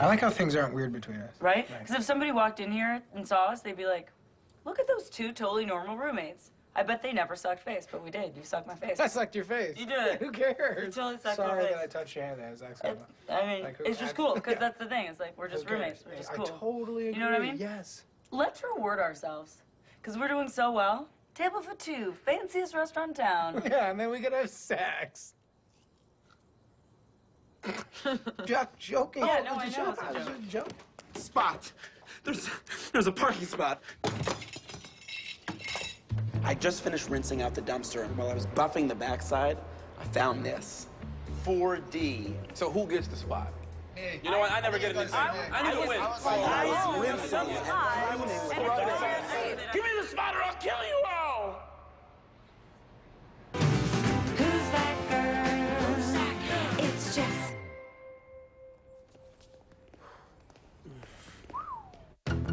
I like how things aren't weird between us. right? Because if somebody walked in here and saw us, they'd be like, look at those two totally normal roommates. I bet they never sucked face, but we did. You sucked my face. I sucked your face. You did it. Who cares? You totally sucked Sorry your face. that I touched your hand. That was It- accidental. I mean, Like, who- it's just I- cool because yeah. that's the thing. It's like we're just Who cares? roommates. We're just I cool. totally agree. You know what I mean? Yes. Let's reward ourselves because we're doing so well. Table for two, fanciest restaurant in town. Yeah, and then we could have sex. Jack, joking. Yeah, It no, was I a know, joke. it's a I was joke. just joking. Spot. There's there's a parking spot. I just finished rinsing out the dumpster, and while I was buffing the backside, I found this. 4D. So who gets the spot? You know what? I never get an exam. I need to win. Oh, Give me the spot, or I'll kill you all. Who's that girl? It's Jess.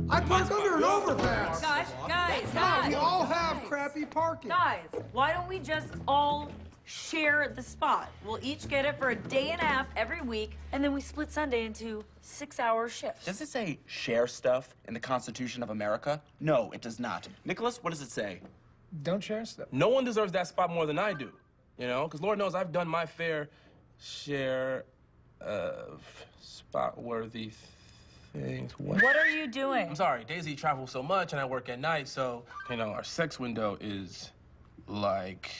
I park under an overpass. Guys, guys, We guys, all have crappy parking. guys, why don't we just all share the spot? We'll each get it for a day and a half every week, and then we split Sunday into six hour shifts. Does it say share stuff in the Constitution of America? No, it does not. Nicholas, what does it say? Don't share stuff. No one deserves that spot more than I do. You know, because Lord knows I've done my fair share of spot worthy things. What? What are you doing? I'm sorry, Daisy travels so much and I work at night, so, you know, our sex window is like.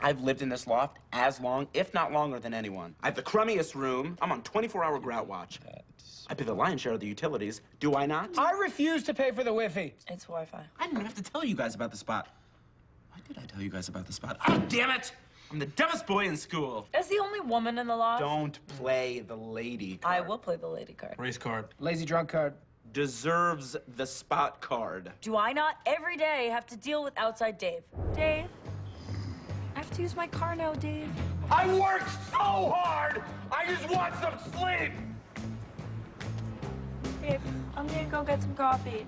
I've lived in this loft as long, if not longer, than anyone. I have the crummiest room. I'm on 24-hour grout watch. I pay the lion's share of the utilities. Do I not? I refuse to pay for the Wi-Fi. It's Wi Fi. I didn't even have to tell you guys about the spot. Why did I tell you guys about the spot? Oh, damn it! I'm the dumbest boy in school. As the only woman in the loft, Don't play the lady I card. will play the lady card. Race card. Lazy drunk card. Deserves the spot card. Do I not every day have to deal with outside Dave? Dave, I have to use my car now, Dave. I work so hard! I just want some sleep! Dave, I'm gonna go get some coffee.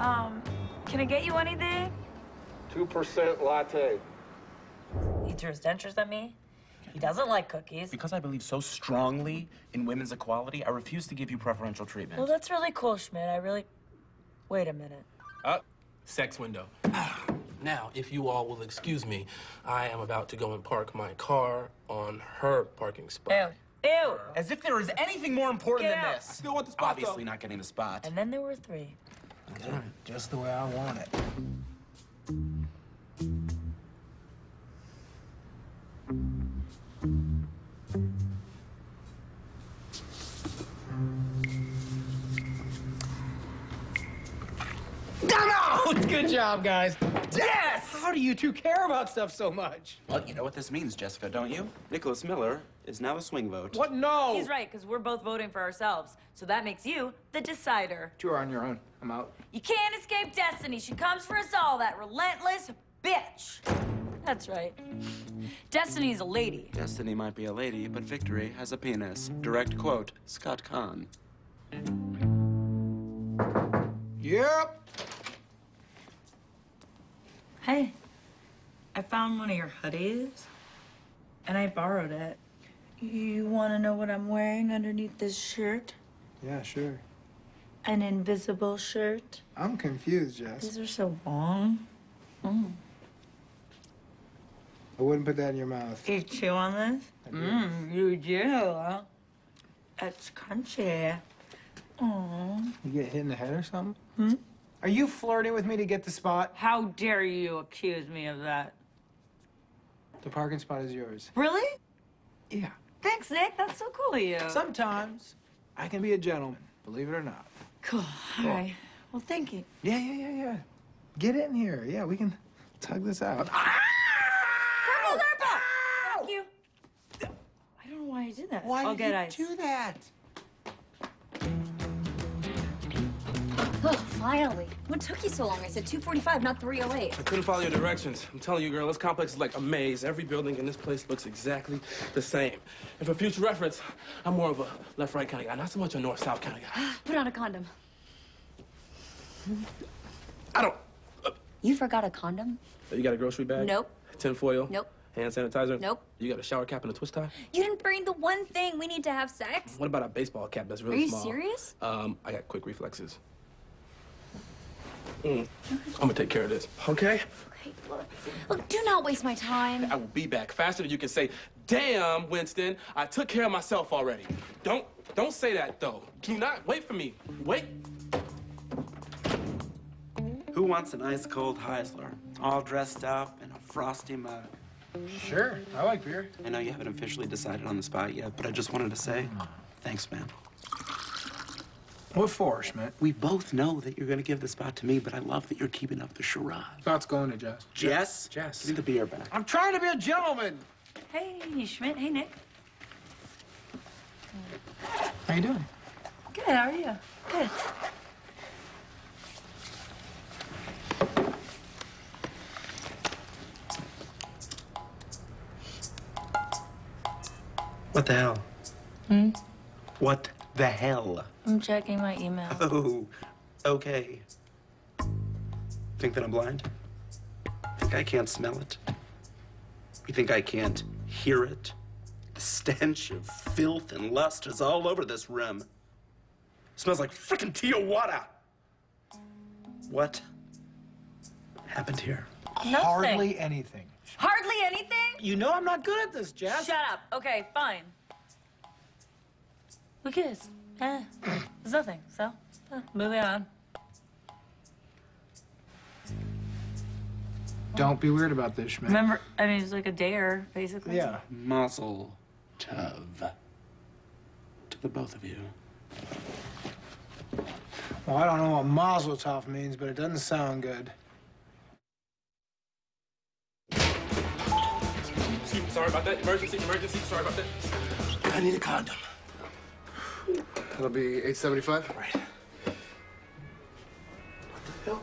Um, can I get you anything? Two percent latte. He threw his dentures at me. He doesn't like cookies. Because I believe so strongly in women's equality, I refuse to give you preferential treatment. Well, that's really cool, Schmidt. I really. Wait a minute. Up. Sex window. Now, if you all will excuse me, I am about to go and park my car on her parking spot. Ew. Ew. As if there is anything more important Get than out. this. I still want the spot. Obviously not getting the spot. And then there were three. Just the way I want it. Oh, No, no! Good job, guys. Yes! How do you two care about stuff so much? Well, you know what this means, Jessica, don't you? Nicholas Miller is now the swing vote. What? No! He's right, because we're both voting for ourselves. So that makes you the decider. Two are on your own. I'm out. You can't escape destiny. She comes for us all, that relentless bitch. That's right. Destiny's a lady. Destiny might be a lady, but victory has a penis. Direct quote, Scott Kahn. Yep. Hey, I found one of your hoodies and I borrowed it. You want to know what I'm wearing underneath this shirt? Yeah, sure. An invisible shirt. I'm confused, Jess. These are so long. I wouldn't put that in your mouth. Do you chew on this? Mmm, you do. It's crunchy. You get hit in the head or something? Hmm? Are you flirting with me to get the spot? How dare you accuse me of that? The parking spot is yours. Really? Yeah. Thanks, Nick. That's so cool of you. Sometimes I can be a gentleman, believe it or not. cool. All right. Well, thank you. Yeah, yeah, yeah, yeah. Get in here. Yeah, we can tug this out. Ah! Purple Derpa! Thank you. I don't know why I did that. Why I'll did get you ice. do that? Oh, finally. What took you so long? I said 245, not 308. I couldn't follow your directions. I'm telling you, girl, this complex is like a maze. Every building in this place looks exactly the same. And for future reference, I'm more of a left-right kind of guy, not so much a north-south kind of guy. Put on a condom. I don't. You forgot a condom? You got a grocery bag? Nope. Tinfoil? Nope. Hand sanitizer? Nope. You got a shower cap and a twist tie? You didn't bring the one thing we need to have sex. What about a baseball cap that's Are really you small? serious? Um, I got quick reflexes. Mm. I'm gonna take care of this, okay? Okay, look, look, do not waste my time. I will be back faster than you can say, damn, Winston, I took care of myself already. Don't don't say that though. Do not wait for me. Wait. Who wants an ice cold Heisler? All dressed up in a frosty mug. Sure, I like beer. I know you haven't officially decided on the spot yet, but I just wanted to say thanks, man. What for, Schmidt? We both know that you're gonna give the spot to me, but I love that you're keeping up the charade. Spot's going to Jess. Jess? Jess. Give me the beer back. I'm trying to be a gentleman. Hey, Schmidt. Hey, Nick. How you doing? Good. How are you? Good. What the hell? Hmm? What the hell? I'm checking my email. Oh, okay. Think that I'm blind? Think I can't smell it? You think I can't hear it? The stench of filth and lust is all over this room. smells like frickin' Tijuana. What happened here? Nothing. Hardly anything. Hardly anything? You know I'm not good at this, Jess. Shut up. Okay, fine. We kissed. Eh. It's nothing. So, eh, moving on. Don't be weird about this, Schmidt. Remember, I mean, it was like a dare, basically. Yeah. Mazel tov to the both of you. Well, I don't know what Mazel Tov means, but it doesn't sound good. Excuse me, sorry about that. Emergency, emergency, sorry about that. I need a condom. That'll be 875. Right. What the hell?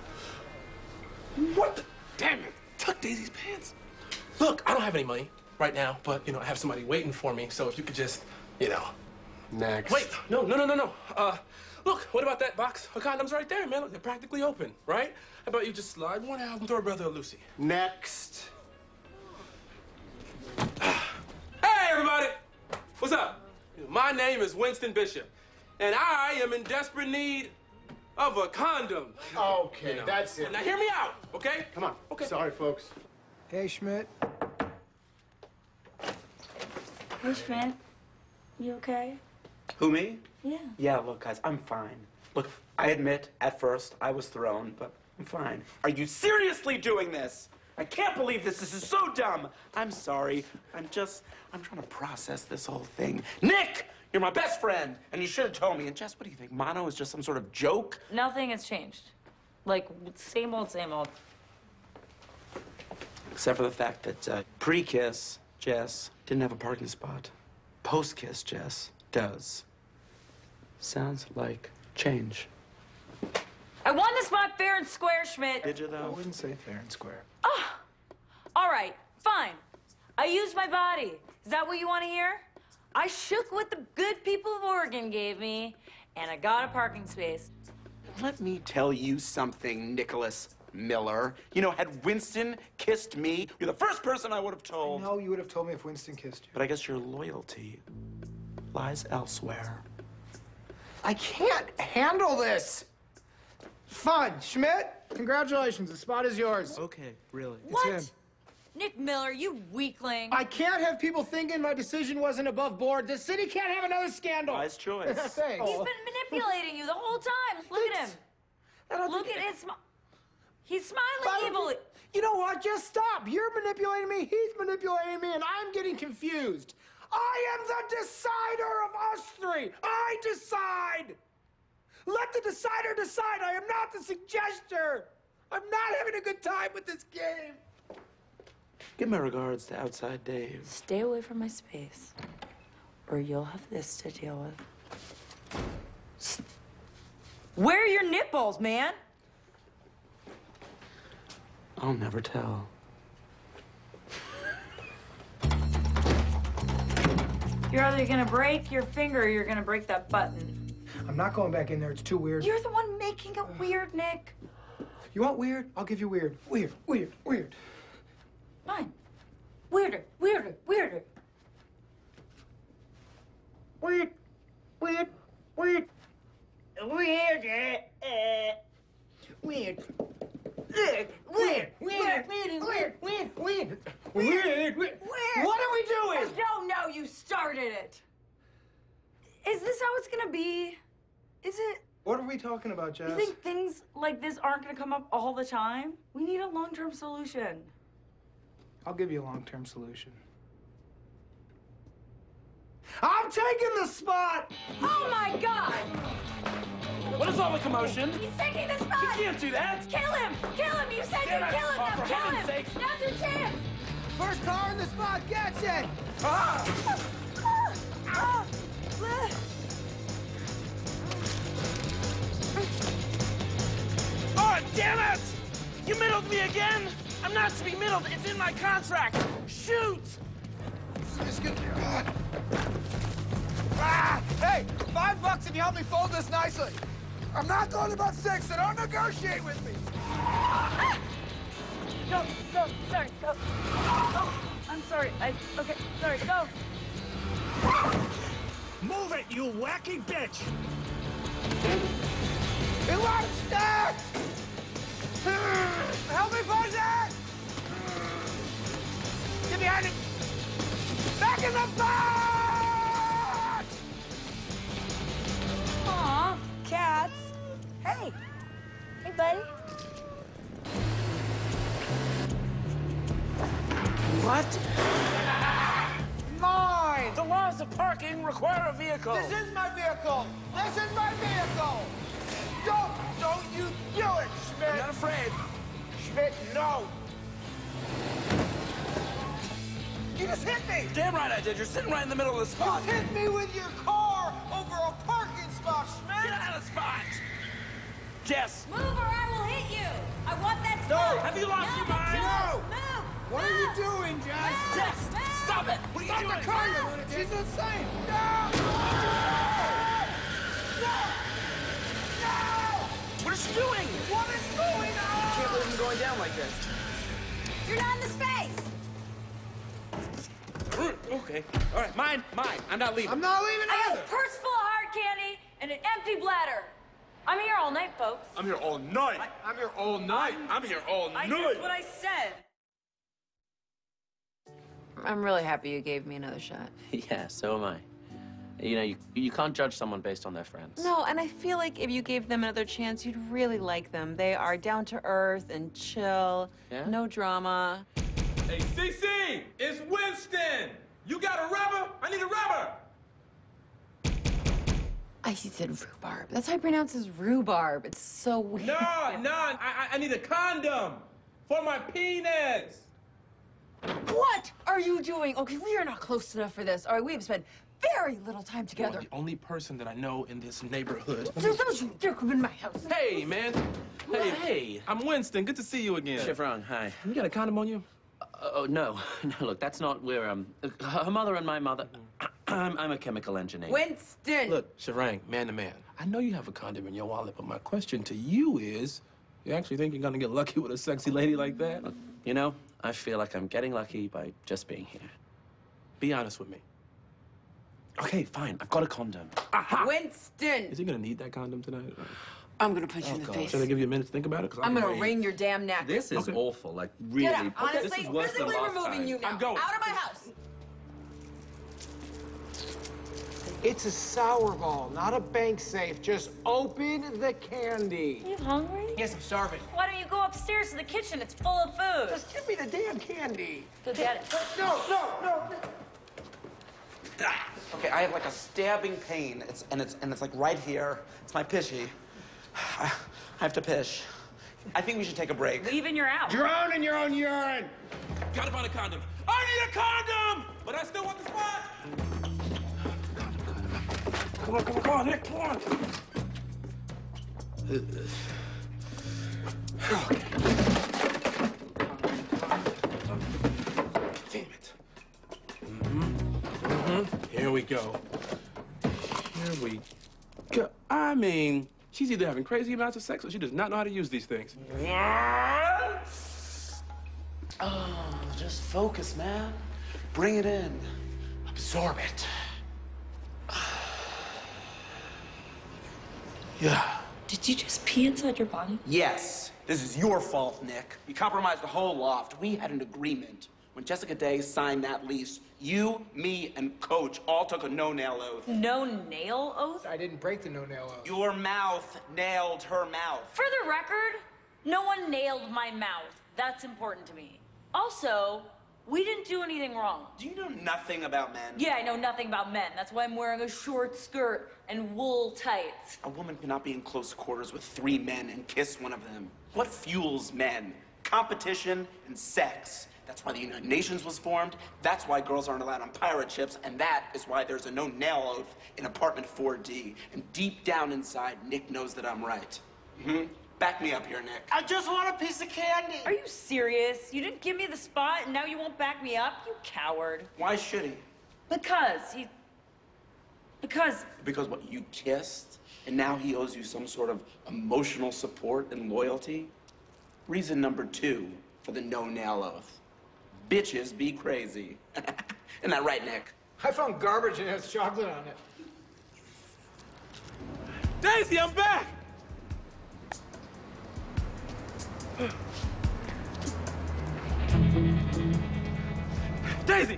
What the? Damn it! Tuck Daisy's pants. Look, I don't have any money right now, but you know I have somebody waiting for me. So if you could just, you know. Next. Wait, no, no, no, no, no. Uh, look, what about that box of condoms right there, man? Look, they're practically open, right? How about you just slide one out and throw a brother a Lucy? Next. Hey, everybody! What's up? My name is Winston Bishop, and I am in desperate need of a condom. Okay, that's it. Now, hear me out, okay? Come on. Okay. Sorry, folks. Hey, Schmidt. Oh. Hey, Schmidt. You okay? Who, me? Yeah. Yeah, look, guys, I'm fine. Look, I admit, at first, I was thrown, but I'm fine. Are you seriously doing this? I can't believe this. This is so dumb. I'm sorry. I'm just, I'm trying to process this whole thing. Nick, you're my best friend, and you should have told me. And Jess, what do you think? Mono is just some sort of joke? Nothing has changed. Like, same old, same old. Except for the fact that uh, pre kiss, Jess didn't have a parking spot. Post kiss, Jess does. Sounds like change. I won this spot fair and square, Schmidt. Did you, though? Wouldn't say fair and square. All right, fine. I used my body. Is that what you want to hear? I shook what the good people of Oregon gave me, and I got a parking space. Let me tell you something, Nicholas Miller. You know, had Winston kissed me, you're the first person I would have told. No, you would have told me if Winston kissed you. Oh. But I guess your loyalty lies elsewhere. I can't. Handle this! Fun, Schmidt! Congratulations, the spot is yours. Okay, really. him. What? Nick Miller, you weakling. I can't have people thinking my decision wasn't above board. The city can't have another scandal. Wise choice. Thanks. He's been manipulating you the whole time. Look at him. Look at his smile. He's smiling evilly. You know what? Just stop. You're manipulating me, he's manipulating me, and I'm getting confused. I am the decider of us three. I decide. Let the decider decide. I am not the suggester. I'm not having a good time with this game. Give my regards to outside Dave. Stay away from my space, or you'll have this to deal with. Where are your nipples, man? I'll never tell. You're either gonna break your finger or you're gonna break that button. I'm not going back in there. It's too weird. You're the one making it weird, Nick. You want weird? I'll give you weird. Weird, weird, weird. Fine. Weirder, weirder, weirder. Weird, weird, weird, Weird. weird. Weird, weird, weird, weird, weird, weird, weird, weird, weird. What are we doing? No, no, you started it. Is this how it's gonna be? Is it? What are we talking about, Jess? You think things like this aren't gonna come up all the time? We need a long term solution. I'll give you a long-term solution. I'm taking the spot. Oh my god! What is all the commotion? He's taking the spot! You can't do that! Kill him! Kill him! You said Get you'd out. kill him! Oh, Now for kill him! heaven's sakes. Now's your chance! First car in the spot gets it. Ah! Oh, damn it! You middled me again! I'm not to be middled. It's in my contract. Shoot! Ah, hey, five bucks and you help me fold this nicely. I'm not going about six, so don't negotiate with me. Go, go, sorry, go. Oh, I'm sorry. I okay, sorry, go. Move it, you wacky bitch! It won't start! Help me find that! Get behind it! Back in the box! Aw, cats. Hey. Hey, buddy. What? Mine! The laws of parking require a vehicle. This is my vehicle! This is my vehicle! Don't, don't you do it, Schmidt! I'm not afraid. Schmidt, no! You just hit me! Damn right I did. You're sitting right in the middle of the You spot. hit me with your car over a parking spot, Get Schmidt! out of the spot! Jess, Move or I will hit you. I want that spot. have you lost your mind? No. Move. What are you doing, Jess? Jess, No. stop it! What are you doing? She's insane! No! No! No! What is she doing? What is going on? Can't believe I'm going down like this. You're not in the space. Okay. All right, mine, mine. I'm not leaving. I'm not leaving I got either. a purse full of hard candy and an empty bladder. I'm here all night, folks. I'm here all night. I, am here all night. I'm, here all I, that's what I said. I'm really happy you gave me another shot. yeah, so am I. You know, you, you can't judge someone based on their friends. No, and I feel like if you gave them another chance, you'd really like them. They are down to earth and chill, Yeah? no drama. Hey, CC, it's Winston. You got a rubber? I need a rubber. I he said rhubarb. That's how I pronounce his rhubarb. It's so weird. No, no, I, I- I need a condom for my penis. What are you doing? Okay, we are not close enough for this. All right, we have spent very little You're time together. the only person that I know in this neighborhood. So don't you dare come in my house. Hey, man. Hey, Hey. I'm Winston. Good to see you again. Chevron, hi. You got a condom on you? Uh, oh, no. No, look, that's not where, um, her mother and my mother, I'm, I'm a chemical engineer. Winston. Look, Shirang, man to man, I know you have a condom in your wallet, but my question to you is, you actually think you're gonna get lucky with a sexy lady like that? You know, I feel like I'm getting lucky by just being here. Be honest with me. Okay, fine, I've got a condom. Winston. Is he gonna need that condom tonight? I'm gonna punch you in the face. Should I give you a minute to think about it? 'Cause I I'm can gonna wait. wring your damn neck. Oh, This is Okay. awful, like, really. Get out. Honestly, this is worse physically than last removing time. you now. I'm going. Out of my house. It's a sour ball, not a bank safe. Just open the candy. You hungry? Yes, I'm starving. Why don't you go upstairs to the kitchen? It's full of food. Just give me the damn candy. Go get it. No, no, no. Okay, I have like a stabbing pain. It's and it's and it's like right here. It's my pishy. I, I have to pish. I think we should take a break. Even you're out. Drown in your own urine. Gotta find a condom. I need a condom! But I still want the spot! Come on, come on, come on, Nick, come on! Damn it. hmm hmm Here we go. Here we go. I mean, she's either having crazy amounts of sex or she does not know how to use these things. Oh, just focus, man. Bring it in. Absorb it. Yeah. Did you just pee inside your body? Yes. This is your fault, Nick. You compromised the whole loft. We had an agreement. When Jessica Day signed that lease, you, me, and Coach all took a no-nail oath. No nail oath? I didn't break the no nail oath. Your mouth nailed her mouth. For the record, no one nailed my mouth. That's important to me. Also, we didn't do anything wrong. Do you know nothing about men? Yeah, I know nothing about men. That's why I'm wearing a short skirt and wool tights. A woman cannot be in close quarters with three men and kiss one of them. What fuels men? Competition and sex. That's why the United Nations was formed. That's why girls aren't allowed on pirate ships. And that is why there's a no nail oath in apartment 4D. And deep down inside, Nick knows that I'm right. hmm Back me up here, Nick. I just want a piece of candy. Are you serious? You didn't give me the spot and now you won't back me up? You coward. Why should he? Because he. Because. Because what, you kissed? And now he owes you some sort of emotional support and loyalty? Reason number two for the no nail oath bitches be crazy. Isn't that right, Nick? I found garbage and it has chocolate on it. Daisy, I'm back! Daisy!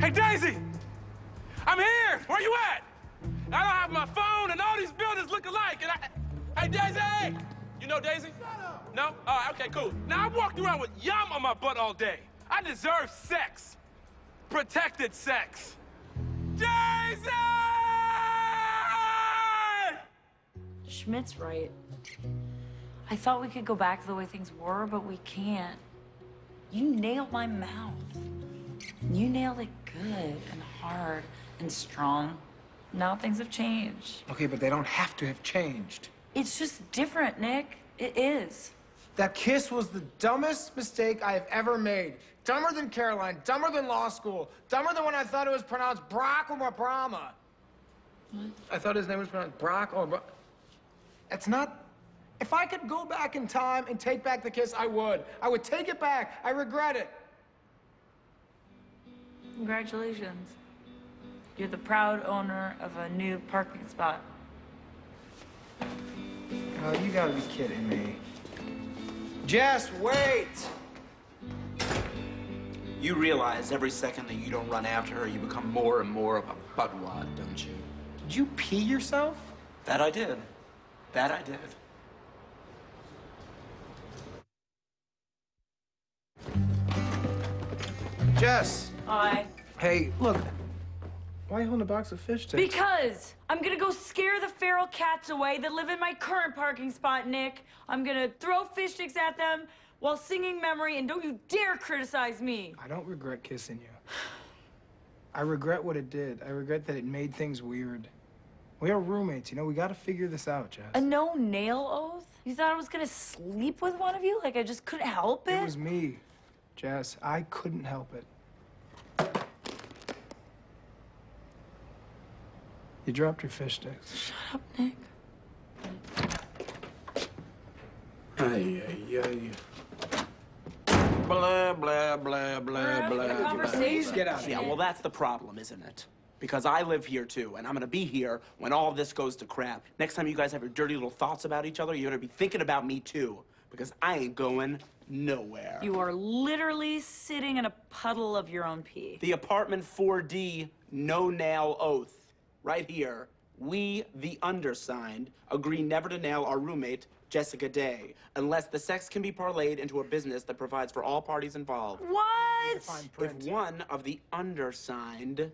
Hey, Daisy! I'm here! Where you at? I don't have my phone and all these buildings look alike and I... Hey, Daisy! You know Daisy? No? All right, okay, cool. Now, I walked around with yum on my butt all day. I deserve sex. Protected sex. Daisy! Schmidt's right. I thought we could go back to the way things were, but we can't. You nailed my mouth. You nailed it good and hard and strong. Now things have changed. Okay, but they don't have to have changed. It's just different, Nick. It is. That kiss was the dumbest mistake I have ever made. Dumber than Caroline, dumber than law school, dumber than when I thought it was pronounced Brock or Brahma. I thought his name was pronounced Brock or Bra- That's not. If I could go back in time and take back the kiss, I would. I would take it back. I regret it. Congratulations. You're the proud owner of a new parking spot. Oh, you gotta be kidding me. Jess, wait! You realize every second that you don't run after her, you become more and more of a buttwad, don't you? Did you pee yourself? That I did. That I did. Jess! I. Hey, look. Why are you holding a box of fish tanks? Because I'm gonna go scare the feral cats away that live in my current parking spot, Nick. I'm gonna throw fish sticks at them while singing memory, and don't you dare criticize me. I don't regret kissing you. I regret what it did. I regret that it made things weird. We are roommates, you know, we gotta figure this out, Jess. A no nail oath? You thought I was gonna sleep with one of you? Like I just couldn't help it? It was me, Jess. I couldn't help it. You dropped your fish sticks. Shut up, Nick. Ay, ay, ay. Blah, blah, blah, blah, blah. Conversation. Get out of Yeah, here. well, that's the problem, isn't it? Because I live here too, and I'm gonna be here when all this goes to crap. Next time you guys have your dirty little thoughts about each other, you're gonna be thinking about me too, because I ain't going nowhere. You are literally sitting in a puddle of your own pee. The apartment 4D no nail oath, right here. We, the undersigned, agree never to nail our roommate, Jessica Day, unless the sex can be parlayed into a business that provides for all parties involved. What? If one of the undersigned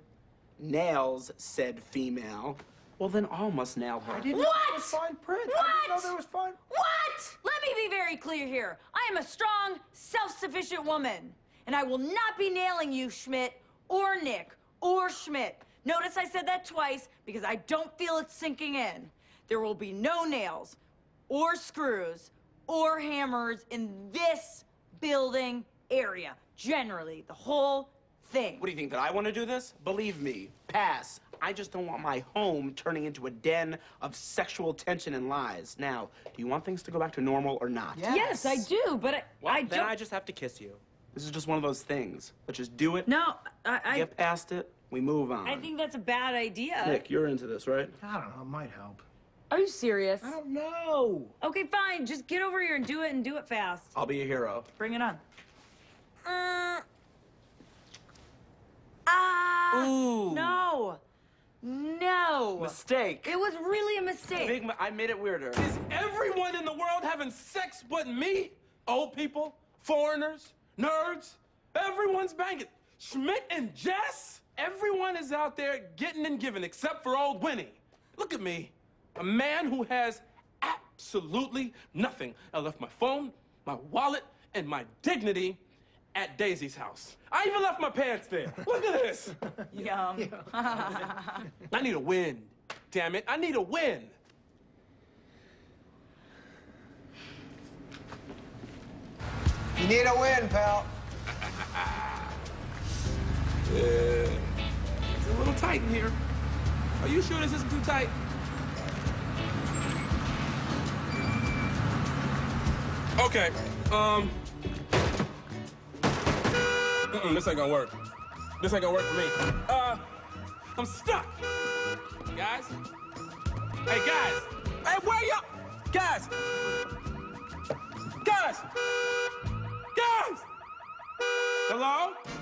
nails said female, well, then all must nail her. didn't know What? there was fine print. What? I didn't know there was fine. What? Let me be very clear here. I am a strong, self sufficient woman, and I will not be nailing you, Schmidt, or Nick, or Schmidt. Notice I said that twice because I don't feel it sinking in. There will be no nails. or screws or hammers in this building area. Generally, the whole thing. What do you think that I want to do this? Believe me, pass. I just don't want my home turning into a den of sexual tension and lies. Now, do you want things to go back to normal or not? Yes, I do, but I, Well, I then don't. I just have to kiss you. This is just one of those things. Let's just do it. No, I- I- get past it. We move on. I think that's a bad idea. Nick, you're into this, right? I don't know. It might help. Are you serious? I don't know. Okay, fine. Just get over here and do it and do it fast. I'll be a hero. Bring it on. Uh, Mm. Ah. Ooh. No. No. Mistake. It was really a mistake. Big, mi- I made it weirder. Everyone in the world having sex but me? Old people, foreigners, nerds. Everyone's banging. Schmidt and Jess? Everyone is out there getting and giving except for old Winnie. Look at me, a man who has absolutely nothing. I left my phone, my wallet, and my dignity at Daisy's house. I even left my pants there. Look at this. Yum. I need a win. Damn it, I need a win. You need a win, pal. It's a little tight in here. Are you sure this isn't too tight? Okay. Um. Mm-mm, this ain't gonna work. This ain't gonna work for me. Uh, I'm stuck. Guys. Hey guys. Hey, where y'all? Guys. Guys. Guys. Hello.